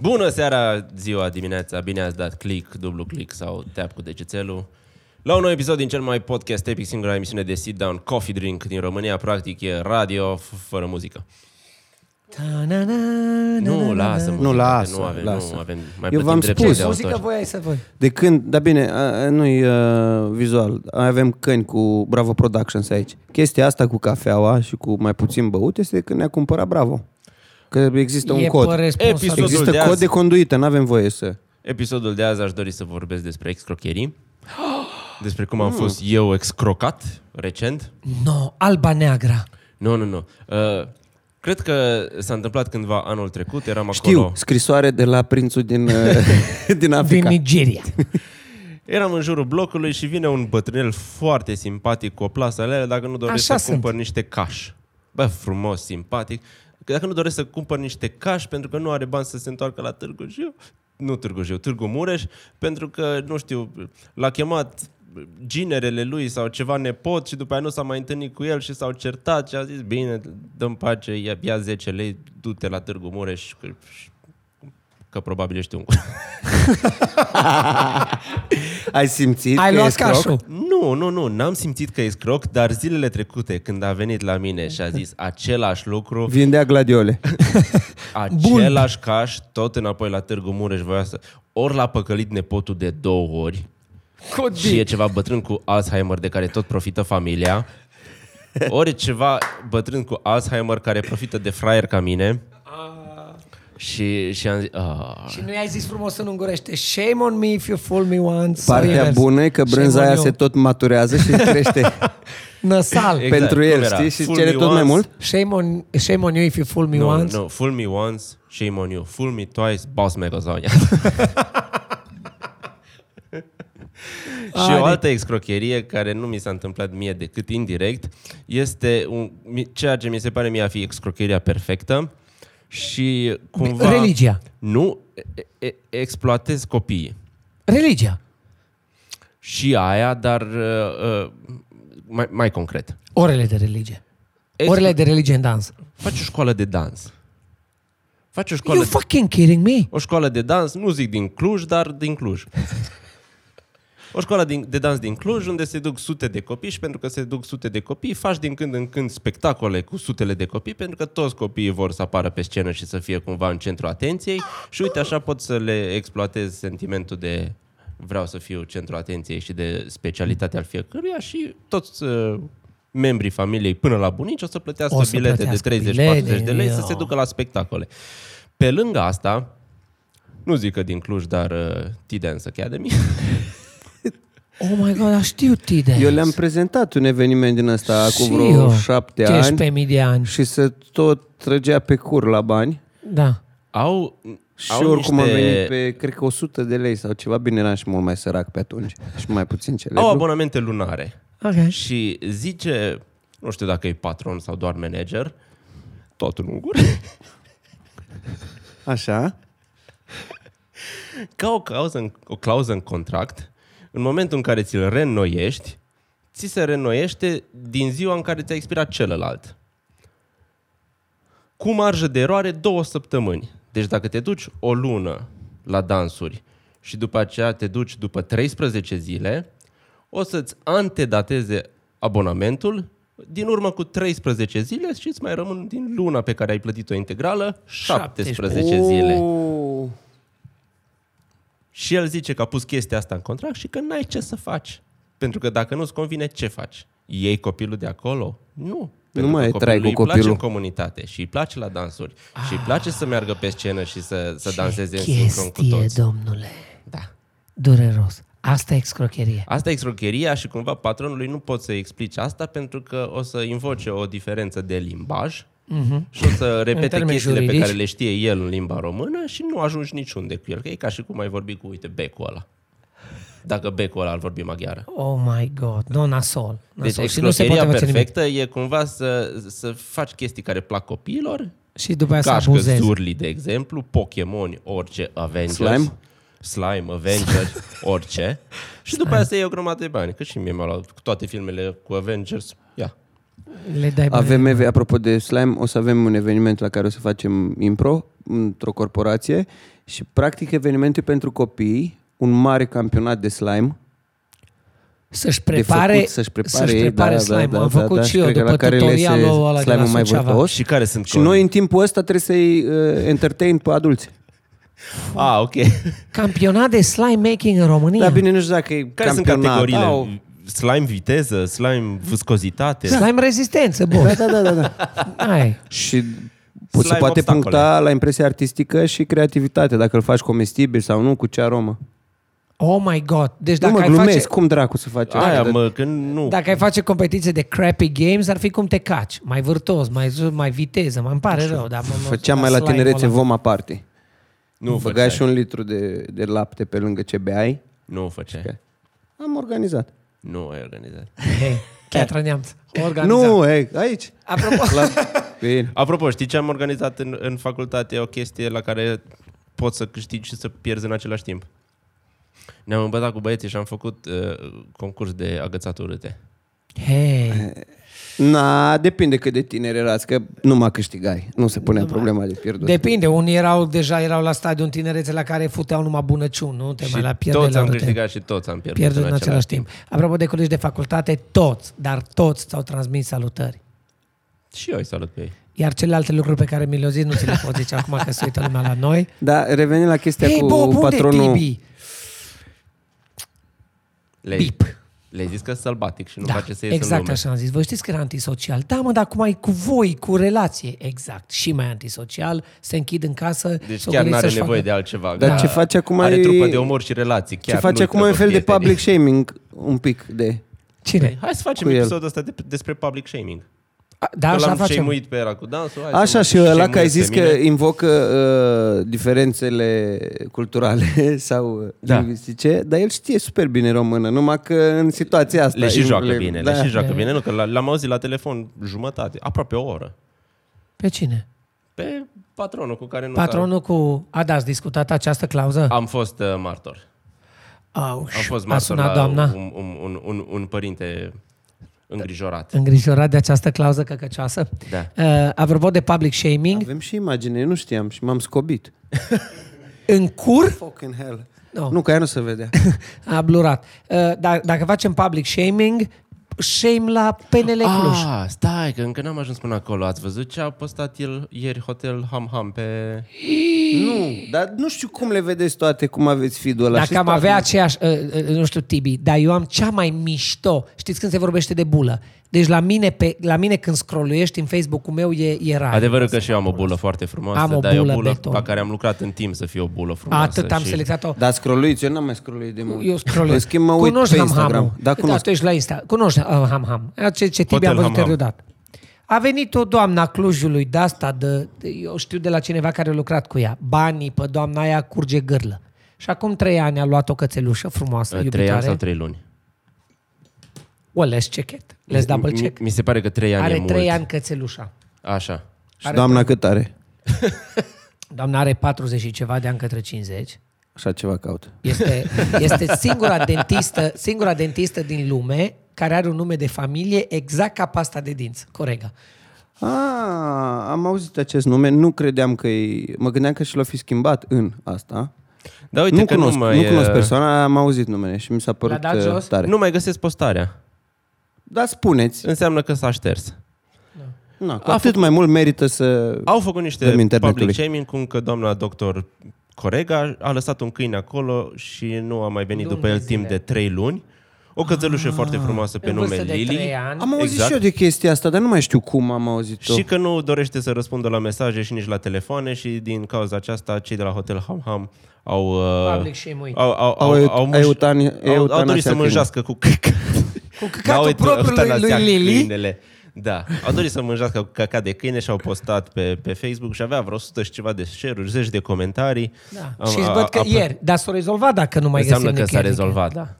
Bună seara, ziua, dimineața, bine ați dat click, dublu click sau tap cu degețelul. La un nou episod din cel mai podcast epic, singura emisiune de sit-down coffee drink din România, practic e radio f- fără muzică. Nu, lasă muzică, Nu, lasă, nu avem, lasă. Nu avem, mai Eu plătim v-am drepturi spus. de autor. Muzică voi ai să voi. De când, dar bine, a- a- nu-i uh, vizual. Avem căni cu Bravo Productions aici. Chestia asta cu cafeaua și cu mai puțin băut este că ne-a cumpărat Bravo. Că există un E cod. pe Episodul- responsabil. Există de cod azi. de conduită, nu avem voie să... Episodul de azi aș dori să vorbesc despre excrocherii, despre cum am Mm. fost eu excrocat recent. No, alba neagra. Nu, nu, nu. Uh, Cred că s-a întâmplat cândva anul trecut, eram Știu, acolo. scrisoare de la prințul din, uh, din Din Africa. Din... Nigeria. Eram în jurul blocului și vine un bătrânel foarte simpatic cu o plasă alea, dacă nu doresc Așa să sunt. cumpăr niște caș. Bă, frumos, simpatic. Că Dacă nu doresc să cumpăr niște caș, pentru că nu are bani să se întoarcă la Târgu Jiu, nu Târgu Jiu, Târgu Mureș, pentru că, nu știu, l-a chemat ginerele lui sau ceva nepot și după aia nu s-a mai întâlnit cu el și s-au certat și a zis, bine, dăm pace, ia, ia 10 lei, du-te la Târgu Mureș, că, că probabil ești un... Ai simțit Ai că luat ești rock? cașul. Nu, nu, nu, n-am simțit că e scroc, dar zilele trecute când a venit la mine și a zis același lucru, Vindea gladiole. același caș, tot înapoi la Târgu Mureș voia să... Ori l-a păcălit nepotul de două ori și e Codit. ceva bătrân cu Alzheimer de care tot profită familia, ori e ceva bătrân cu Alzheimer care profită de fraier ca mine și, și am zis... "Ah." Și nu i-ai zis frumos în ungurește Shame on me if you fool me once Partea Invers. bună e că Shame brânza on aia you. se tot maturează și crește Năsal Exact, pentru cum el, era? știi? Și Full cere tot nuance. mai mult. shame, on, shame on you if you fool me Nu, once nu, fool me once, shame on you. Fool me twice, boss me lasagna. Și o altă excrocherie care nu mi s-a întâmplat mie decât indirect este un, mi- ceea ce mi se pare mie a fi excrocheria perfectă și cumva... Religia. Nu, e, e, exploatez copiii. Religia Și aia, dar uh, uh, mai, mai concret. Orele de religie Ex- Orele de religie în dans Faci o școală de dans. Faci o școală You fucking kidding me O școală de dans, nu zic din Cluj, dar din Cluj. O școală din, de dans din Cluj, unde se duc sute de copii și pentru că se duc sute de copii, faci din când în când spectacole cu sutele de copii, pentru că toți copiii vor să apară pe scenă și să fie cumva în centru atenției și uite, așa pot să le exploatez sentimentul de vreau să fiu centru atenției și de specialitatea al fiecăruia și toți uh, membrii familiei până la bunici o să plătească O să bilete plătească de 30-40 de lei bilete, să se eu. ducă la spectacole. Pe lângă asta, nu zic că din Cluj, dar uh, T-Dance Academy. Oh my god, dar știu tine Eu le-am prezentat un eveniment din ăsta Și cu vreo eu. șapte ani 15.000 de ani și se tot trăgea pe cur la bani Da Au, și au oricum niște... niște... am venit pe, cred că 100 de lei sau ceva, bine eram și mult mai sărac pe atunci și mai puțin celebru. Au Oh, abonamente lunare. Ok Și zice, nu știu dacă e patron sau doar manager, tot în ungur, Așa? ca o clauză, în, o clauză în contract, în momentul în care ți-l reînnoiești, ți se reînnoiește din ziua în care ți-a expirat celălalt. Cu marjă de eroare două săptămâni. Deci dacă te duci o lună la dansuri și după aceea te duci după 13 zile, o să-ți antedateze abonamentul din urmă cu 13 zile și îți mai rămân din luna pe care ai plătit-o integrală 17 zile. Oh. Și el zice că a pus chestia asta în contract și că n-ai ce să faci. Pentru că dacă nu-ți convine, ce faci? Iei copilul de acolo? Nu. Pentru mai că e trai cu îi place copilul. în comunitate și îi place la dansuri și îi place să meargă pe scenă și să, să danseze în sincron cu Chestie, toți. domnule Da. Dureros Asta e excrocherie Asta e excrocheria și cumva patronului nu poți să explici asta pentru că o să invoce o diferență de limbaj uh-huh. și o să repete termeni chestiile pe juridici. care le știe el în limba română și nu ajungi niciunde cu el. Că e ca și cum ai vorbi cu, uite, becul ăla. Dacă becul ăla ar vorbi maghiară. Oh my god, nu nasol. Deci nasol. și nu se excrocheria poate face nimic. perfectă e cumva să, să faci chestii care plac copiilor, Și după aia să cașcă abuzezi. zurli, de exemplu, Pokémoni, orice, Avengers. Slime? Slime, Avengers, orice. Și după aia să iei o grămadă de bani. Că și mie mi-au luat toate filmele cu Avengers. Ia. Le dai bani. Avem, eve- apropo de slime, o să avem un eveniment la care o să facem impro într-o corporație și practic evenimente pentru copii, un mare campionat de slime, Să-și de prepare, făcut, să-și prepare, ei, prepare da, slime-ul. da, da, Am da, făcut da, și eu cred că după la care le iese tutorialul ăla de la slime-ul mai Suceava. vârtos. Și care sunt Și noi în timpul ăsta trebuie să-i uh, entertain pe adulți. A, Ah, ok. Campionat de slime making în România. Dar Da, bine, nu știu dacă e Care sunt campionat. categoriile? Au- Slime viteză, slime viscozitate. Slime rezistență, bun. Da, da, da, da. da. Ai. și Slime po- se poate obstacole. puncta la impresia artistică și creativitate, dacă îl faci comestibil sau nu, cu ce aromă. Oh my god. Deci nu dacă mă ai glumesc, face... cum dracu să faci asta? Aia, Dar- mă, că nu... Dacă ai face competiție de crappy games, ar fi cum te caci. Mai vârtos, mai, zu- mai viteză, mai îmi pare rău. Dar mă, mă- Făceam mai dar la slime-ul tinerețe ăla- voma party. nu Băgai făceai. și un litru de, de lapte pe lângă ce beai. Nu făceai. Că- Am organizat. Nu ai organizat. Hei, Piatra Neamț. Organizat. Nu, e, aici. Apropo, La... Bine. Apropo, știi ce am organizat în, în facultate? O chestie la care poți să câștigi și să pierzi în același timp. Ne-am îmbătat cu băieții și am făcut uh, concurs de agățat urâte. hei, Na, depinde cât de tineri erați, că nu mă câștigai. Nu se punea problema de pierdut. depinde, unii erau deja erau la stadiu în tinerețe la care futeau numai bunăciuni, nu te și mai la pierdere. toți am la câștigat și toți am pierdut, pierdut în același timp. Apropo de colegi de facultate, toți, dar toți ți-au transmis salutări. Și eu îi salut pe ei. Iar celelalte lucruri pe care mi le-au zis, nu ți le pot zice acum că se uită lumea la noi. Dar revenind la chestia Hei, cu Bob, unde patronul... Tibi? Le, Bip. le zis că sălbatic și nu Da, face să iasă în exact lume. așa am zis. Voi știți că era antisocial. Da, mă, dar acum e cu voi, cu relație. Exact. Și mai antisocial, se închid în casă. Deci s-o chiar gândit nu are să-și nevoie facă- de altceva. Dar Da. ce face acum Are e- trupă de omor și relații. Chiar Ce face nu-i acum e trupă un fel de prietenii. public shaming, un pic de... Cine? Hai să facem Cu el. episodul ăsta de, despre public shaming. A, Da, că așa l-am facem. shamuit pe era cu dansul. hai Așa să-l și ăla shamuiesc că ai pe zis că mine. invocă uh, diferențele culturale sau uh, Da. lingvistice, dar el știe super bine română, numai că în situația asta... Le și îi- joacă bine, le și joacă Da. bine. Nu, că l- l-am auzit la telefon jumătate, aproape o oră. Pe cine? Pe patronul cu care nu... Patronul cu... A, da, ați discutat această clauză? Am fost uh, martor. Au, Am fost a martor sunat la doamna un, un, un, un, un părinte îngrijorat. îngrijorat de această clauză căcăcioasă. Da. Uh, apropo de public shaming, Avem și imagine, eu nu știam și m-am scobit. în cur Fucking hell. No. Nu, că aia nu se vedea. a blurat. Uh, da, dacă facem public shaming, shame la PNL Cluj. Ah, stai, că încă n-am ajuns până acolo. Ați văzut ce a postat el ieri Hotel Ham Ham pe... nu, dar nu știu cum le vedeți toate, cum aveți feed-ul ăla. Dacă și am toate. avea aceeași, uh, uh, nu știu, Tibi, dar eu am cea mai mișto, știți când se vorbește de bulă. Deci la mine, pe, la mine când scrolluiești în Facebook-ul meu e, e rar. Adevărul că și eu am o bulă foarte frumoasă, Am o dar e bulă o bulă beton. la care am lucrat în timp să Da. fie o bulă frumoasă. Atât am și- selectat-o. Dar scrolluiți, eu n-am mai scrolluit de mult. Eu scrolluiesc. În schimb, mă uit Cunoști pe Ham Instagram. Hamul. Da, cunosc. Da, tu ești la Insta. Cunoști uh, Ham Ham. Aia Ce, ce Tibi Hotel am văzut Ham Ham. deodată. A venit o doamnă a Clujului de asta, de, de, eu știu de la cineva care a lucrat cu ea. Banii pe doamna aia curge gârlă. Și acum trei ani a luat o cățelușă frumoasă, Uh, iubitoare. Trei ani sau trei luni? O, let's check it. Let's double check. Mi, mi se pare că trei ani e Are mult. trei ani cățelușa. Așa. Și doamna cât are? Doamna are 40 și ceva de ani către 50. Așa ceva caut. Este, este singura, dentistă, singura dentistă din lume care are un nume de familie exact ca pasta de dinți. Corega. Ah, am auzit acest nume, nu credeam că e... Mă gândeam că și l-a fi schimbat în asta. Da, uite nu, că cunosc, nu mai nu cunosc e- persoana, am auzit numele și mi s-a părut dat uh, jos? tare. Nu mai găsesc postarea. Dar spuneți, Înseamnă că s-a șters. na, cu atât mai mult merită să... Au făcut niște Dăm internetului. public shaming cum că doamna doctor Corega a lăsat un câine acolo și nu a mai venit Luni după el de timp de trei luni. O cățelușă foarte frumoasă pe Ah, În nume vârstă de Lily. trei ani. Am auzit Exact. și eu de chestia asta, dar nu mai știu cum am auzit-o. Și că nu dorește să răspundă la mesaje și nici la telefoane și din cauza aceasta cei de la Hotel Ham Ham au... uh, Public shaming. Au, au, Au au, eut- au, muș- eutani- au, au eutanasia dorit să câinelui. mânjească cu căcat. Cu N-au căcatul uit- propriului eutanazia lui Lili. câinele. Da, au dorit să mânjească cu caca de câine și au postat pe, pe Facebook și avea vreo 100 și ceva de share-uri, zeci de comentarii. Da. Am- Și a- văd că a- ieri, dar s-a rezolvat dacă nu mai Înseamnă găsim că s-a nicăieri. rezolvat. Da.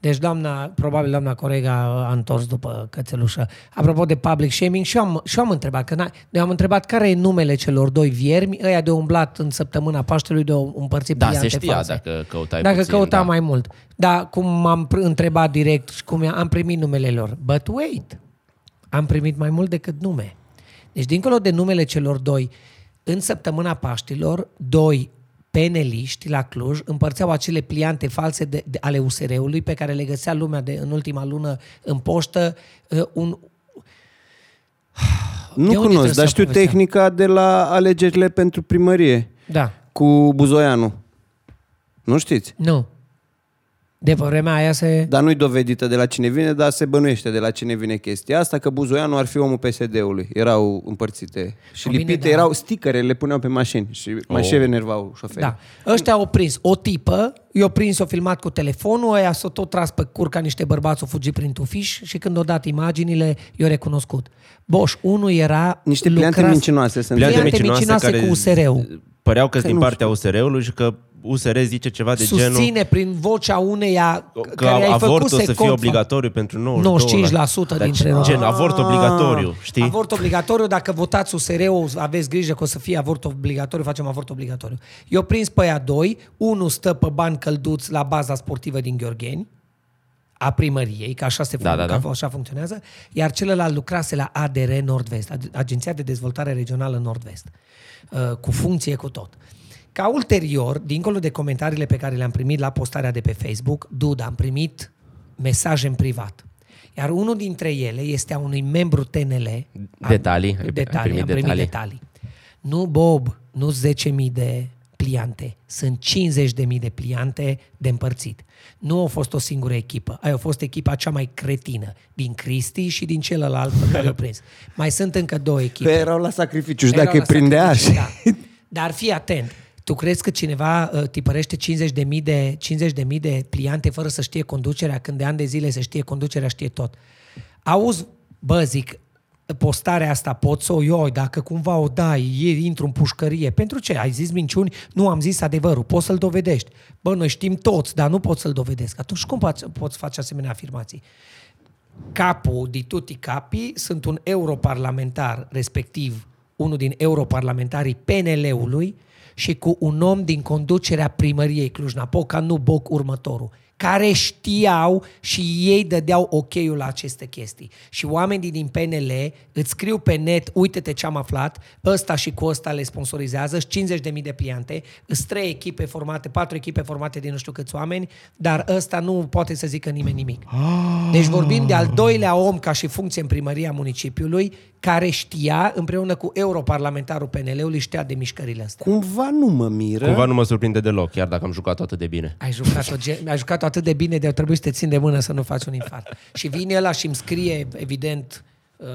Deci doamna, probabil doamna Corega a întors după cățelușă. Apropo de public shaming, și eu am, și eu am întrebat, că n-a- noi am întrebat care e numele celor doi viermi, ăia de umblat în săptămâna Paștelui de o împărțit Da, pe se știa antefațe. dacă căutai Dacă puțin, căuta da. mai mult. Dar cum am pr- întrebat direct și cum am primit numele lor. But wait, am primit mai mult decât nume. Deci dincolo de numele celor doi, În săptămâna Paștilor, doi peneliști la Cluj împărțeau acele pliante false de, de, ale USR-ului pe care le găsea lumea de, în ultima lună în poștă. Uh, un... Nu De unde trebuie cunosc, să dar știu povesteam? tehnica de la alegerile pentru primărie Da, cu Buzoianu. Nu știți? nu. De pe vremea aia se... Dar nu-i dovedită de la cine vine, dar se bănuiește de la cine vine chestia asta, că Buzoianu ar fi omul PSD-ului. Erau împărțite și O, bine, lipite, da. erau sticăre, le puneau pe mașini și oh. mai și enervau șoferii. Da. Ăștia au prins o tipă, i-au prins, o filmat cu telefonul, aia s-o tot tras pe cur ca niște bărbați, au fugit prin tufiș și când au dat imaginile, i-au recunoscut. Boș, unul era Niște pliante lucras... mincinoase sunt. Pliante Pliante mincinoase, cu USR-ul. Păreau că Că din nu partea USR-ului și că USR zice ceva de Susține genul prin vocea uneia că, că care ai făcut avortul să fie obligatoriu pentru 92%. 95% Dar dintre ce- români. Deci, Gen, avort obligatoriu, știi? Avort obligatoriu, dacă votați USR-ul, aveți grijă că o să fie avort obligatoriu, facem avort obligatoriu. Eu prins pe aia doi, unul stă pe bani călduți la baza sportivă din Gheorgheni, a primăriei, că așa, se Da, da, da, da, da. așa funcționează, iar celălalt lucrase la ADR Nord-Vest, Ag- Agenția de Dezvoltare Regională Nord-Vest, uh, cu funcție cu tot. Ca ulterior, dincolo de comentariile pe care le-am primit la postarea de pe Facebook, Duda, am primit mesaje în privat. Iar unul dintre ele este a unui membru TNL. Am- Detalii, ai- ai detalii, primit am primit detalii. detalii. Nu, Bob, nu 10.000 de pliante. Sunt 50.000 de pliante de împărțit. Nu a fost o singură echipă. Aia a fost echipa cea mai cretină din Cristi și din celălalt pe care l-a prins. Mai sunt încă două echipe. Că erau la sacrificiu și Erau dacă îi la prindea și... sacrificiu, Da. Dar fii atent. Tu crezi că cineva uh, tipărește 50.000 de, 50.000 de pliante fără să știe conducerea, când de ani de zile se știe conducerea, știe tot. Auzi, bă, zic, postarea asta pot să o ioi, dacă cumva o dai, e- intru în pușcărie. Pentru ce? Ai zis minciuni? Nu am zis adevărul. Poți să-l dovedești. Bă, noi știm toți, dar nu pot să-l dovedesc. Atunci cum poți- poți face asemenea afirmații? capul di tutti capi sunt un europarlamentar, respectiv unul din europarlamentarii PNL-ului și cu un om din conducerea primăriei Cluj-Napoca, nu Boc următorul, care știau și ei dădeau ok-ul la aceste chestii. Și oamenii din PNL îți scriu pe net, uite-te ce am aflat, ăsta și cu ăsta le sponsorizează, sunt 50.000 de pliante, sunt trei echipe formate, patru echipe formate din nu știu câți oameni, dar ăsta nu poate să zică nimeni nimic. Deci vorbim de al doilea om ca și funcție în primăria municipiului, care știa, împreună cu europarlamentarul PNL-ului, știa de mișcările astea. Cumva nu mă miră. Cumva nu mă surprinde deloc, chiar dacă am jucat atât de bine. Ai jucat-o, ge- ai jucat-o atât de bine de trebuie să te țin de mână să nu faci un infarct. Și vine ăla și îmi scrie, evident, uh,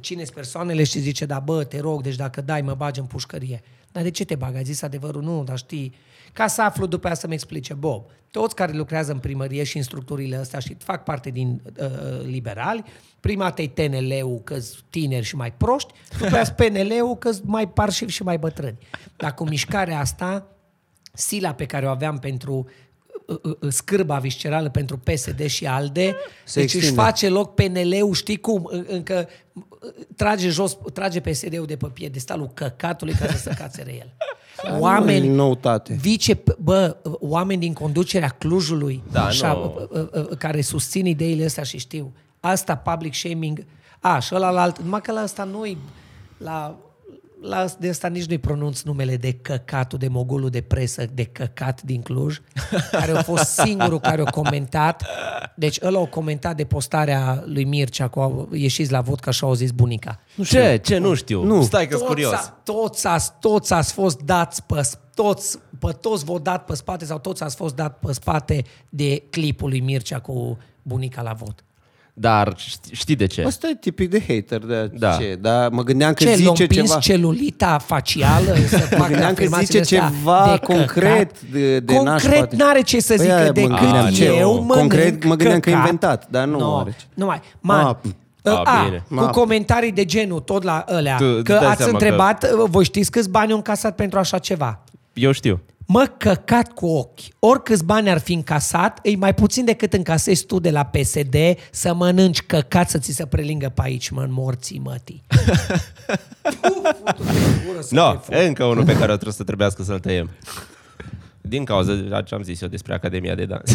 cine sunt persoanele și zice, da bă, te rog, deci dacă dai, mă bagi în pușcărie. Dar de ce te bagi? Ai zis adevărul? Nu, dar știi. Ca să aflu după aia să-mi explice, Bob, toți care lucrează în primărie și în structurile astea și fac parte din uh, liberali, prima te TNL-ul că tineri și mai proști, după aia PNL-ul că mai parșivi și mai bătrâni. Dar cu mișcarea asta, sila pe care o aveam pentru uh, uh, uh, scârba viscerală pentru PSD și ALDE, Se Se deci extinde. își face loc PNL-ul, știi cum, în- încă uh, trage jos, trage PSD-ul de pe piedestalul căcatului ca să se cațere el. Nu e Oameni, noutate. vice, bă, oameni din conducerea Clujului Da, așa, nu. uh, uh, uh, care susțin ideile astea și știu. Asta public shaming, a, și ăla la alt, numai că la asta nu-i, la, la, ăs- de asta nici nu-i pronunț numele de căcatul, de mogulul de presă, de căcat din Cluj, care a fost singurul care a comentat. Deci ăla a comentat de postarea lui Mircea cu au- ieșiți la vot, că așa au zis bunica. Ce? Ce? Nu știu. Nu. Stai că-s Toți curios. a- Toți ați, toți ați fost dați pe, s- toți, pe toți v-au dat pe spate sau toți ați fost dat pe spate de clipul lui Mircea cu bunica la vot. Dar ști- știi de ce? Asta e tipic de hater, de Da. da. ce? Dar mă gândeam că Ce, l-a zice împins ceva. celulita facială? Să facă gândeam că afirmațiile zice astea ceva de concret căcat? de- de naș, Concret poate. n-are ce să Păi zică aia mă decât gândeam, ce, eu mănânc concret, mă gândeam că căcat. inventat, dar nu No, are ce. Nu mai. Man, A, a, a, a, bine. cu comentarii de genul, tot la ălea, Tu- tu că dai ați seama că- întrebat, voi știți câți bani au încasat pentru așa ceva? Eu știu. Mă, căcat cu ochi. Oricâți bani ar fi încasat, e mai puțin decât încasezi tu de la PSD să mănânci căcat să ți se prelingă pe aici, mă, în morții mătii. No, încă unul pe care o trebuie să trebuiască să-l tăiem. Din cauza ce am zis eu despre Academia de Dans.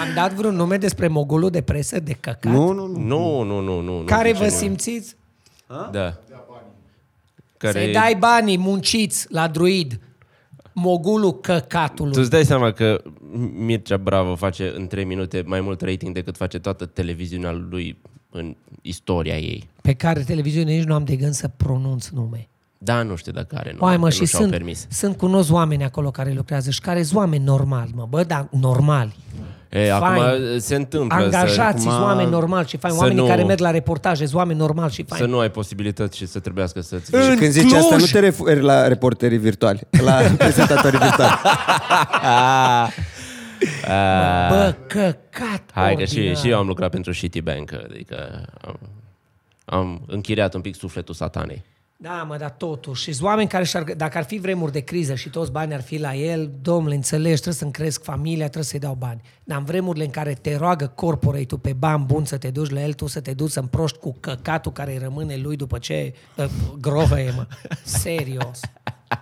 Am dat vreun nume despre mogulul de presă de căcat? Nu, nu, nu. Nu, nu, nu, nu. nu Care zice vă nimeni. simțiți? Da. care... Să-i dai banii munciți la druid, mogulul căcatului. Tu îți dai seama că Mircea Bravo face în 3 minute mai mult rating decât face toată televiziunea lui în istoria ei. Pe care televiziune nici nu am de gând să pronunț nume. Da, nu știu dacă are. Nu, Oai, că mă, nu și și-au sunt, permis. sunt cunosc oameni acolo care lucrează și care sunt oameni normali, mă, bă, dar normali. E, acum se întâmplă să- Angajați, acum- sunt oameni normali și faini, să oamenii nu- care merg la reportaje, sunt oameni normali și faini. Să nu ai posibilități și să trebuiască să-ți... Și când zici Cluj! asta, nu te referi la reporterii virtuali, la prezentatorii virtuali. Da. Bă, căcat! Hai că ordinar. și, și eu am lucrat pentru Shitty Bank, adică am, am închiriat un pic sufletul satanei. Da, mă, dar totuși. Și sunt oameni care, și-ar, dacă ar fi vremuri de criză și toți banii ar fi la el, domnule, înțelegi, trebuie să-mi cresc familia, trebuie să-i dau bani. Dar în vremurile în care te roagă corporate-ul pe bani bun să te duci la el, tu să te duci să împroști cu căcatul care îi rămâne lui după ce uh, grohă e, mă. Serios.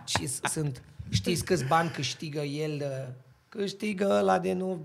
Și s- sunt, știți câți bani câștigă el? uh, Câștigă ăla de nu...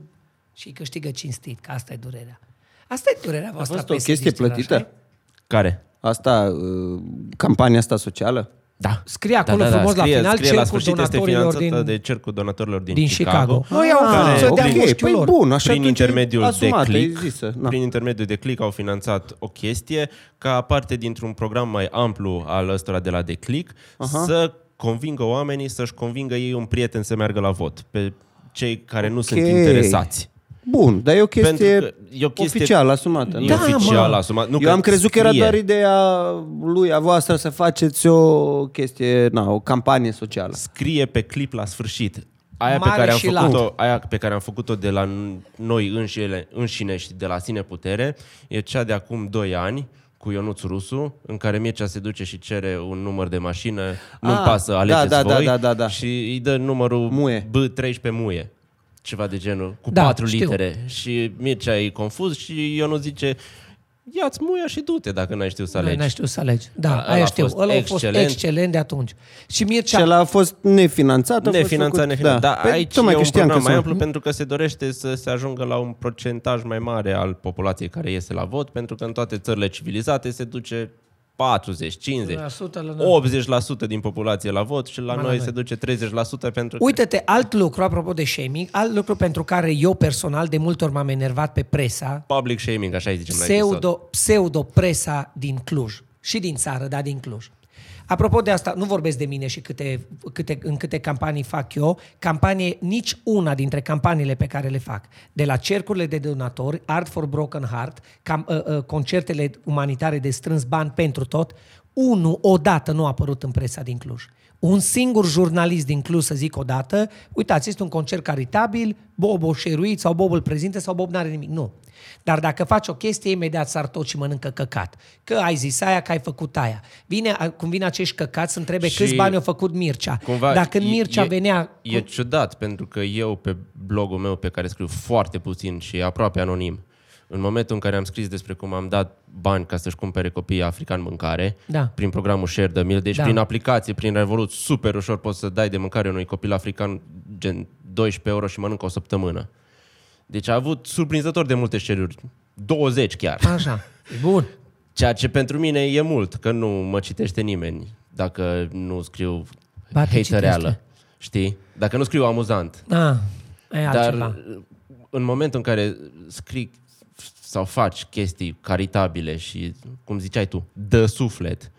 Și câștigă cinstit, că asta e durerea. Asta e durerea voastră. o Păi, chestie pesediștilor, așa plătită? e? Care? Asta, uh, campania asta socială? Da. Scrie acolo frumos la scrie, final scrie cercul la sfârșit este deci donatorilor finanțată din- de cercul donatorilor din, din Chicago. Noi au Ah, funcție ok, de mușchiul păi lor. bun, așa prin atunci e intermediul asumat, da. de e click, zisă, na. prin intermediul de click au finanțat o chestie ca parte dintr-un program mai amplu al ăstora de la de click să convingă oamenii să-și convingă ei un prieten să meargă la vot pe cei care nu sunt Ok. interesați. Bun, dar e o chestie, Pentru că e o chestie- oficială, asumată. nu? E Da, oficial mă. asumat. Nu Eu am crezut că era scrie. doar ideea lui, a voastră, să faceți o chestie, na, o campanie socială. scrie pe clip la sfârșit. Aia pe, Mare care am și lat. făcut-o, aia pe care am făcut-o de la n- noi înșine, înșine și de la sine putere e cea de acum 2 ani cu Ionuț Rusu, în care Mircea se duce și cere un număr de mașină, nu-mi Ah, pasă, da, alegeți da, da, voi, da, da, da. și îi dă numărul Muie. B13 muie, ceva de genul, cu Da, 4 știu. litere. Și Mircea e confuz și Ionuț zice, ia-ți muia și du-te dacă n-ai știut să Noi alegi. N-ai știut să alegi. Da, Ăla aia a știu. fost Ăla a fost excelent. excelent de atunci. Și Și Mircea... ăla a fost nefinanțat. A Nefinanțat, fost făcut, nefinanțat. Da. Păi, Dar aici e un tocmai că știam program că mai sunt- amplu pentru că se dorește să se ajungă la un procentaj mai mare al populației care iese la vot, pentru că în toate țările civilizate se duce 40, 50, 100% la 80% din populație la vot și la Mai noi, la se duce 30% pentru că... Uite-te, alt lucru, apropo de shaming, alt lucru pentru care eu personal de multe ori m-am enervat pe presa, Public shaming, așa îi zicem la episod. pseudo, pseudo-presa din Cluj. Și din țară, dar din Cluj. Apropo de asta, nu vorbesc de mine și câte, câte, în câte campanii fac eu. Campanie, nici una dintre campaniile pe care le fac. De la cercurile de donatori, Art for Broken Heart, cam, uh, uh, concertele umanitare de strâns bani pentru tot, unul odată nu a apărut în presa din Cluj. Un singur jurnalist din Cluj să zic odată, uitați, este un concert caritabil, Bob o șeruit sau Bob îl prezintă sau Bob n-are nimic. Nu. Dar dacă faci o chestie, imediat s-ar tot și mănâncă căcat. Că ai zis aia, că ai făcut aia. Vine, cum vin acești căcați, întrebe Și- și câți bani au făcut Mircea. Cumva, dacă în e- Mircea e, venea... E ciudat, pentru că eu pe blogul meu pe care scriu foarte puțin și aproape anonim, în momentul în care am scris despre cum am dat bani ca să-și cumpere copiii africani mâncare, Da. prin programul Share the Meal, deci Da. prin aplicație, prin Revolut, super ușor poți să dai de mâncare unui copil african gen 12 euro și mănâncă o săptămână. Deci a avut surprinzător de multe share-uri, 20 chiar. Așa, e bun. Ceea ce pentru mine e mult, că nu mă citește nimeni dacă nu scriu Ba, te hatereală. citește. Știi? Dacă nu scriu amuzant. Da, e Dar uh, altceva. în momentul în care scrii sau faci chestii caritabile și, cum ziceai tu, dă suflet,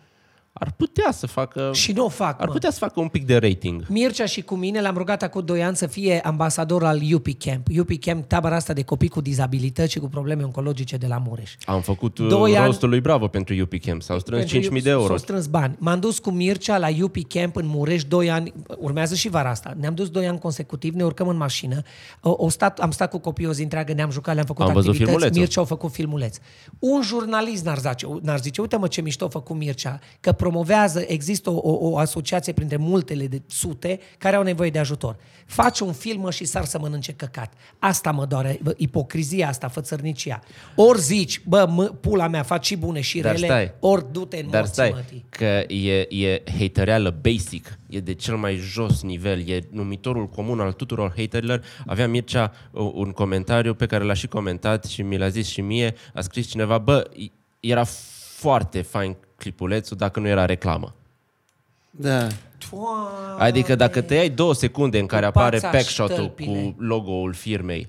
ar putea să facă... Și nu o fac, ar mă. putea să facă un pic de rating. Mircea și cu mine l-am rugat acum 2 ani să fie ambasador al UP Camp. UP Camp, tabăra asta de copii cu dizabilități și cu probleme oncologice de la Mureș. Am făcut uh, Doi ani- rostul lui Bravo pentru UPCamp. S-au strâns Pentru 5.000 de eu- euro. S-au strâns bani. M-am dus cu Mircea la UP Camp în Mureș 2 ani, urmează și vara asta. Ne-am dus 2 ani consecutiv, ne urcăm în mașină. O, o stat, am stat cu copiii o zi întreagă, ne-am jucat, le-am făcut Am văzut activități. filmulețul. Mircea a făcut filmuleț. Un jurnalist n-ar zice, n-ar zice uite mă ce mișto a făcut Mircea, că promovează, există o, o, o asociație printre multele de sute care au nevoie de ajutor. Faci un film mă, și sar să mănânce căcat. Asta mă doare, bă, ipocrizia asta, fățărnicia. Ori zici, bă, mă, pula mea, faci și bune și Dar rele, stai. ori du-te în Dar morții, stai, mătii. că e, e hatereală basic, e de cel mai jos nivel, e numitorul comun al tuturor haterilor. Avea Mircea uh, un comentariu pe care l-a și comentat și mi l-a zis și mie, a scris cineva, bă, i- era foarte fain clipulețul dacă nu era reclamă. Da. Doamne. Adică dacă te iai două secunde în care Cu apare pața packshot-ul ștălpinei. cu logo-ul firmei,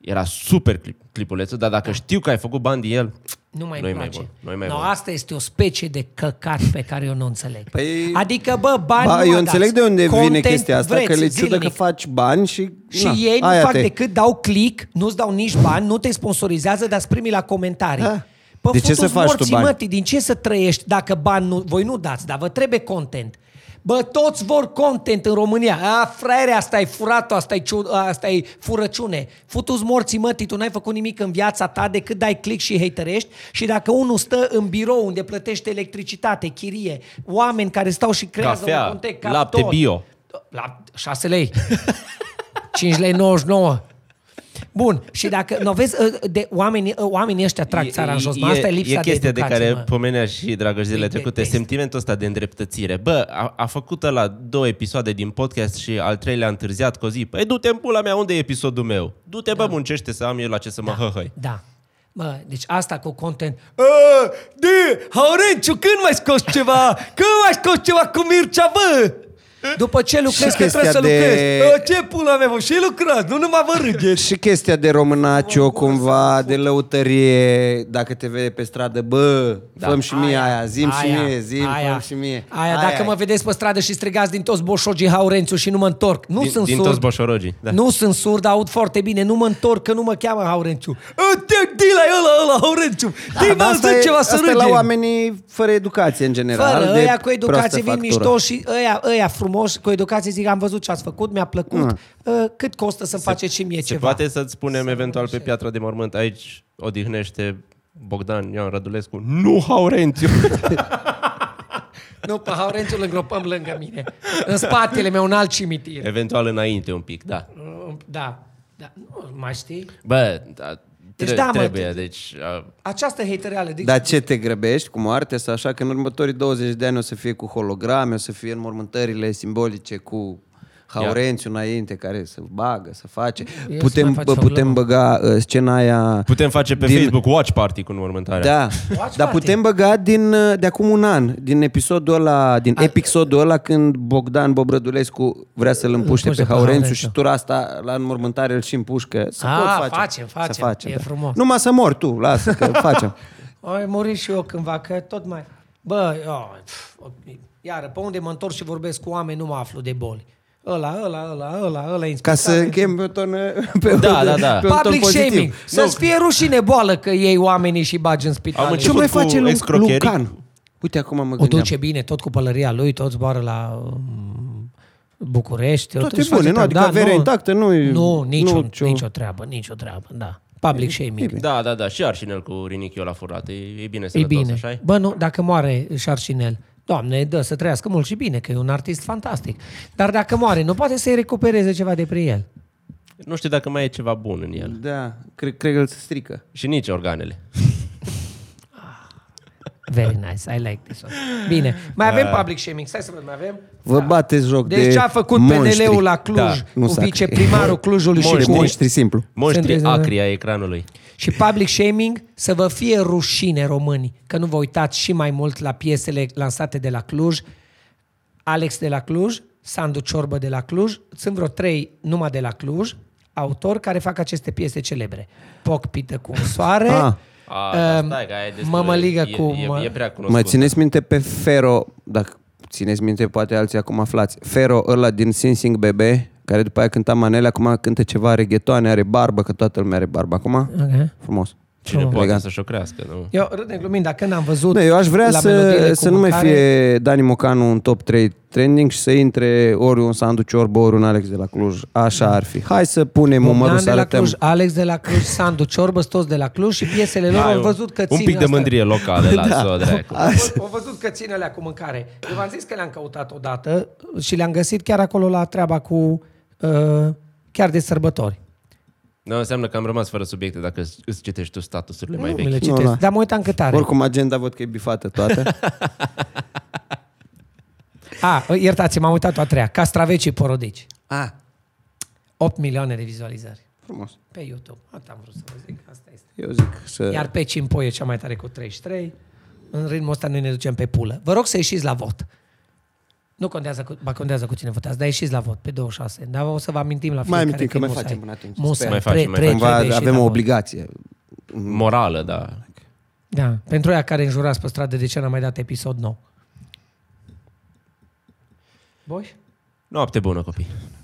era super clip, clipulețul, dar Da. dacă știu că ai făcut bani din el, Nu mai nu-i îmi place. mai bun. Nu-i mai no, bun. asta este o specie de căcat pe care eu nu o înțeleg. Păi- adică, bă, bani Ba, nu eu mă înțeleg dați. de unde vine Content chestia asta, vreți, că le ciudă că zilnic. faci bani și... Și na, ei nu aia fac te- decât dau click, nu-ți dau nici bani, nu te sponsorizează, dar primi la comentarii. Da. Pă, De ce fătu-ți să faci tu morții, bani? mătii, din ce să trăiești dacă bani nu, voi nu dați, dar vă trebuie content. Bă, toți vor content în România. A, fraiere, asta e furat, asta e, ciu- asta e furăciune. Futu-ți morții mătii, tu n-ai făcut nimic în viața ta decât dai click și haterești și dacă unul stă în birou unde plătește electricitate, chirie, oameni care stau și creează Cafea, un context, lapte bio. La 6 lei. 5 lei 99. Bun, și dacă, nu vezi, ă, de, oamenii, oamenii ăștia trag țara în jos, mă, asta e lipsa e chestia de de, educație, care mă. pomenea și Dragoș zilele Îi trecute, detest. sentimentul ăsta de îndreptățire. Bă, a, a făcut la două episoade din podcast și al treilea a întârziat cu o zi. Păi du-te în pula mea, unde e episodul meu? Du-te, bă, muncește să am eu la ce să mă da. hăhăi. Da. Mă, deci asta cu content. A, de, Haurenciu, când mai scoți ceva? Când mai scoți ceva cu Mircea, bă? După ce lucrezi, că trebuie chestia să de- lucrezi. "A, Ce pula mea, vă, și lucrați, nu numai vă râgeți. Și chestia de românacio, cumva, de lăutărie, dacă te vede pe stradă, bă, da. făm și mie aia, zim și mie, zim, aia, făm și mie. Aia, dacă mă vedeți pe stradă și strigați din toți boșogii Haurențiu și nu mă întorc. Nu Din, sunt din surd. toți boșorogii. Da. Da. Nu sunt surd, aud foarte bine, nu mă întorc, că nu mă cheamă Haurenciu. "A, Te de la ăla, ăla, Haurenciu. Da, dar da, asta e, ceva să asta e la râgem. oamenii fără educație, în general. Fără, de ăia cu educație vin proastă factură. mișto și ăia, ăia frumos, cu educație zic, am văzut ce ați făcut, mi-a Mm. plăcut, uh, cât costă să-mi faceți și mie Se ceva. poate să-ți spunem eventual pe piatra de mormânt, aici odihnește Bogdan Ioan Radulescu. Nu, Haurențiu! Nu, pe Haurențiu îl îngropăm lângă mine. În spatele meu, un alt cimitir. eventual înainte un pic, da. Uh, Da, da, nu, mai știi? Bă, da, Deci tre- da, mă, trebuie, tu- deci... A, Această hatereală. Deci, Dar ce te grăbești cu moarte sau așa? Că în următorii 20 de ani o să fie cu holograme, o să fie înmormântările simbolice cu Haurențiu înainte care să bagă, să face. Eu să putem mai fac bă, și o putem băga uh, scena aia... putem face pe Din- Facebook watch party cu înmormântarea. Da, Watch dar party. putem băga din, uh, de acum un an, din episodul ăla, din episodul ăla când Bogdan Bobrădulescu vrea să-l împuște împuște pe pe Haurențiu Haurențiu. și tura asta la înmormântare îl și împușcă. Să A, tot facem. facem, facem, Să facem, e da. frumos. Numai să mor tu, lasă că facem. Ai murit și eu cândva, că tot mai... Bă, oh, pf, iară, pe unde mă întorc și vorbesc cu oameni, nu mă aflu de boli. Ăla, ăla, ăla, ăla, ăla, e Ca să încheiem pe un ton, pe Da, un, da, da. Pe un ton Da. Public pozitiv. shaming. Să-ți fie rușine boală că iei oamenii și bagi în spital. Am Ce început mai cu face Lu- escrocheric? Lucan? Uite acum mă O gândeam. duce bine, tot cu pălăria lui, tot zboară la um, București. Toate își bune, face nu? treabă. Adică averea intactă, nu-i- Nu, nicio, nu, nicio... nicio- nicio treabă, nicio treabă, da. Public shaming. Da, da, da, și Arșinel cu Rinichiu la furat. E, e bine să E bine. așa Bă, nu, dacă moare Șarșinel, Doamne, dă să trăiască mult și bine, că e un artist fantastic. Dar dacă moare, nu poate să-i recupereze ceva de prin el. Nu știu dacă mai e ceva bun în el. Da, cred, cred că îl strică. Și nici organele. Very nice, I like this one. Bine, mai avem public shaming, stai să văd, mai avem? Vă bateți joc Deci de ce a făcut monștri. PNL-ul la Cluj Da, nu cu s-a- viceprimarul Clujului și Monștri, cu... monștri simplu. Monștri Sunteți- acri ai ecranului. Și public shaming, să vă fie rușine români, că nu vă uitați și mai mult la piesele lansate de la Cluj. Alex de la Cluj, Sandu Ciorbă de la Cluj, sunt vreo trei numai de la Cluj, autori care fac aceste piese celebre. Poc pită cu soare, Ah. A, da, um, stai, că aia e destul- mămăligă e- cu... mă- E, e prea cunoscut. Mai țineți minte pe Fero, dacă țineți minte, poate alții acum aflați, Fero ăla din Sinsing Bebe, care după aia cânta manele, acum cântă ceva reghetoane, are barbă, că toată lumea are barbă acum. Ok. Frumos. Cine poate Elegant. să-și o crească, nu? Eu râdem glumind, dar când am văzut Da, eu aș vrea la melodiile să, cu să nu mai mâncare- fie Dani Mocanu în top 3 trending și să intre ori un Sandu Ciorbo, ori un Alex de la Cluj. Așa ar fi. Hai să punem numărul Bogdan să de la arătăm. Cluj, Alex de la Cluj, Sandu Ciorbă, toți de la Cluj și piesele lor Hai, au văzut că Da. țin Un pic de astea. mândrie locală, lasă-o dracu. Au văzut că ține alea cu mâncare. Eu v-am zis că le-am căutat odată și le-am găsit chiar acolo la treaba cu... Uh, chiar de sărbători. Nu înseamnă că am rămas fără subiecte dacă îți îți citești tu statusurile mai nu mi le vechi. citesc, Nu, da. dar mă uitam cât are. Oricum agenda văd că e bifată toată. A, iertați, m-am uitat a treia. Castravecii porodici. ah, 8 milioane de vizualizări frumos. pe YouTube. Atât am vrut să vă zic, asta este. Eu zic să... Iar pe Cimpoi e cea mai tare cu 33. În ritmul ăsta noi ne ducem pe pulă. Vă rog să ieșiți la vot. Nu contează, cu, ba contează cu cine votați, dar ieșiți la vot pe 26. Dar o să vă amintim la Mai fiecare. amintim, că mai musai. facem până atunci. Musai, Mai mai facem, mai pre, pre, facem. Cumva pre, de avem ieșit o la vot. obligație. Morală, da. Da, pentru aia care înjurați pe stradă, de ce n-am mai dat episod nou? Boș? Noapte bună, copii.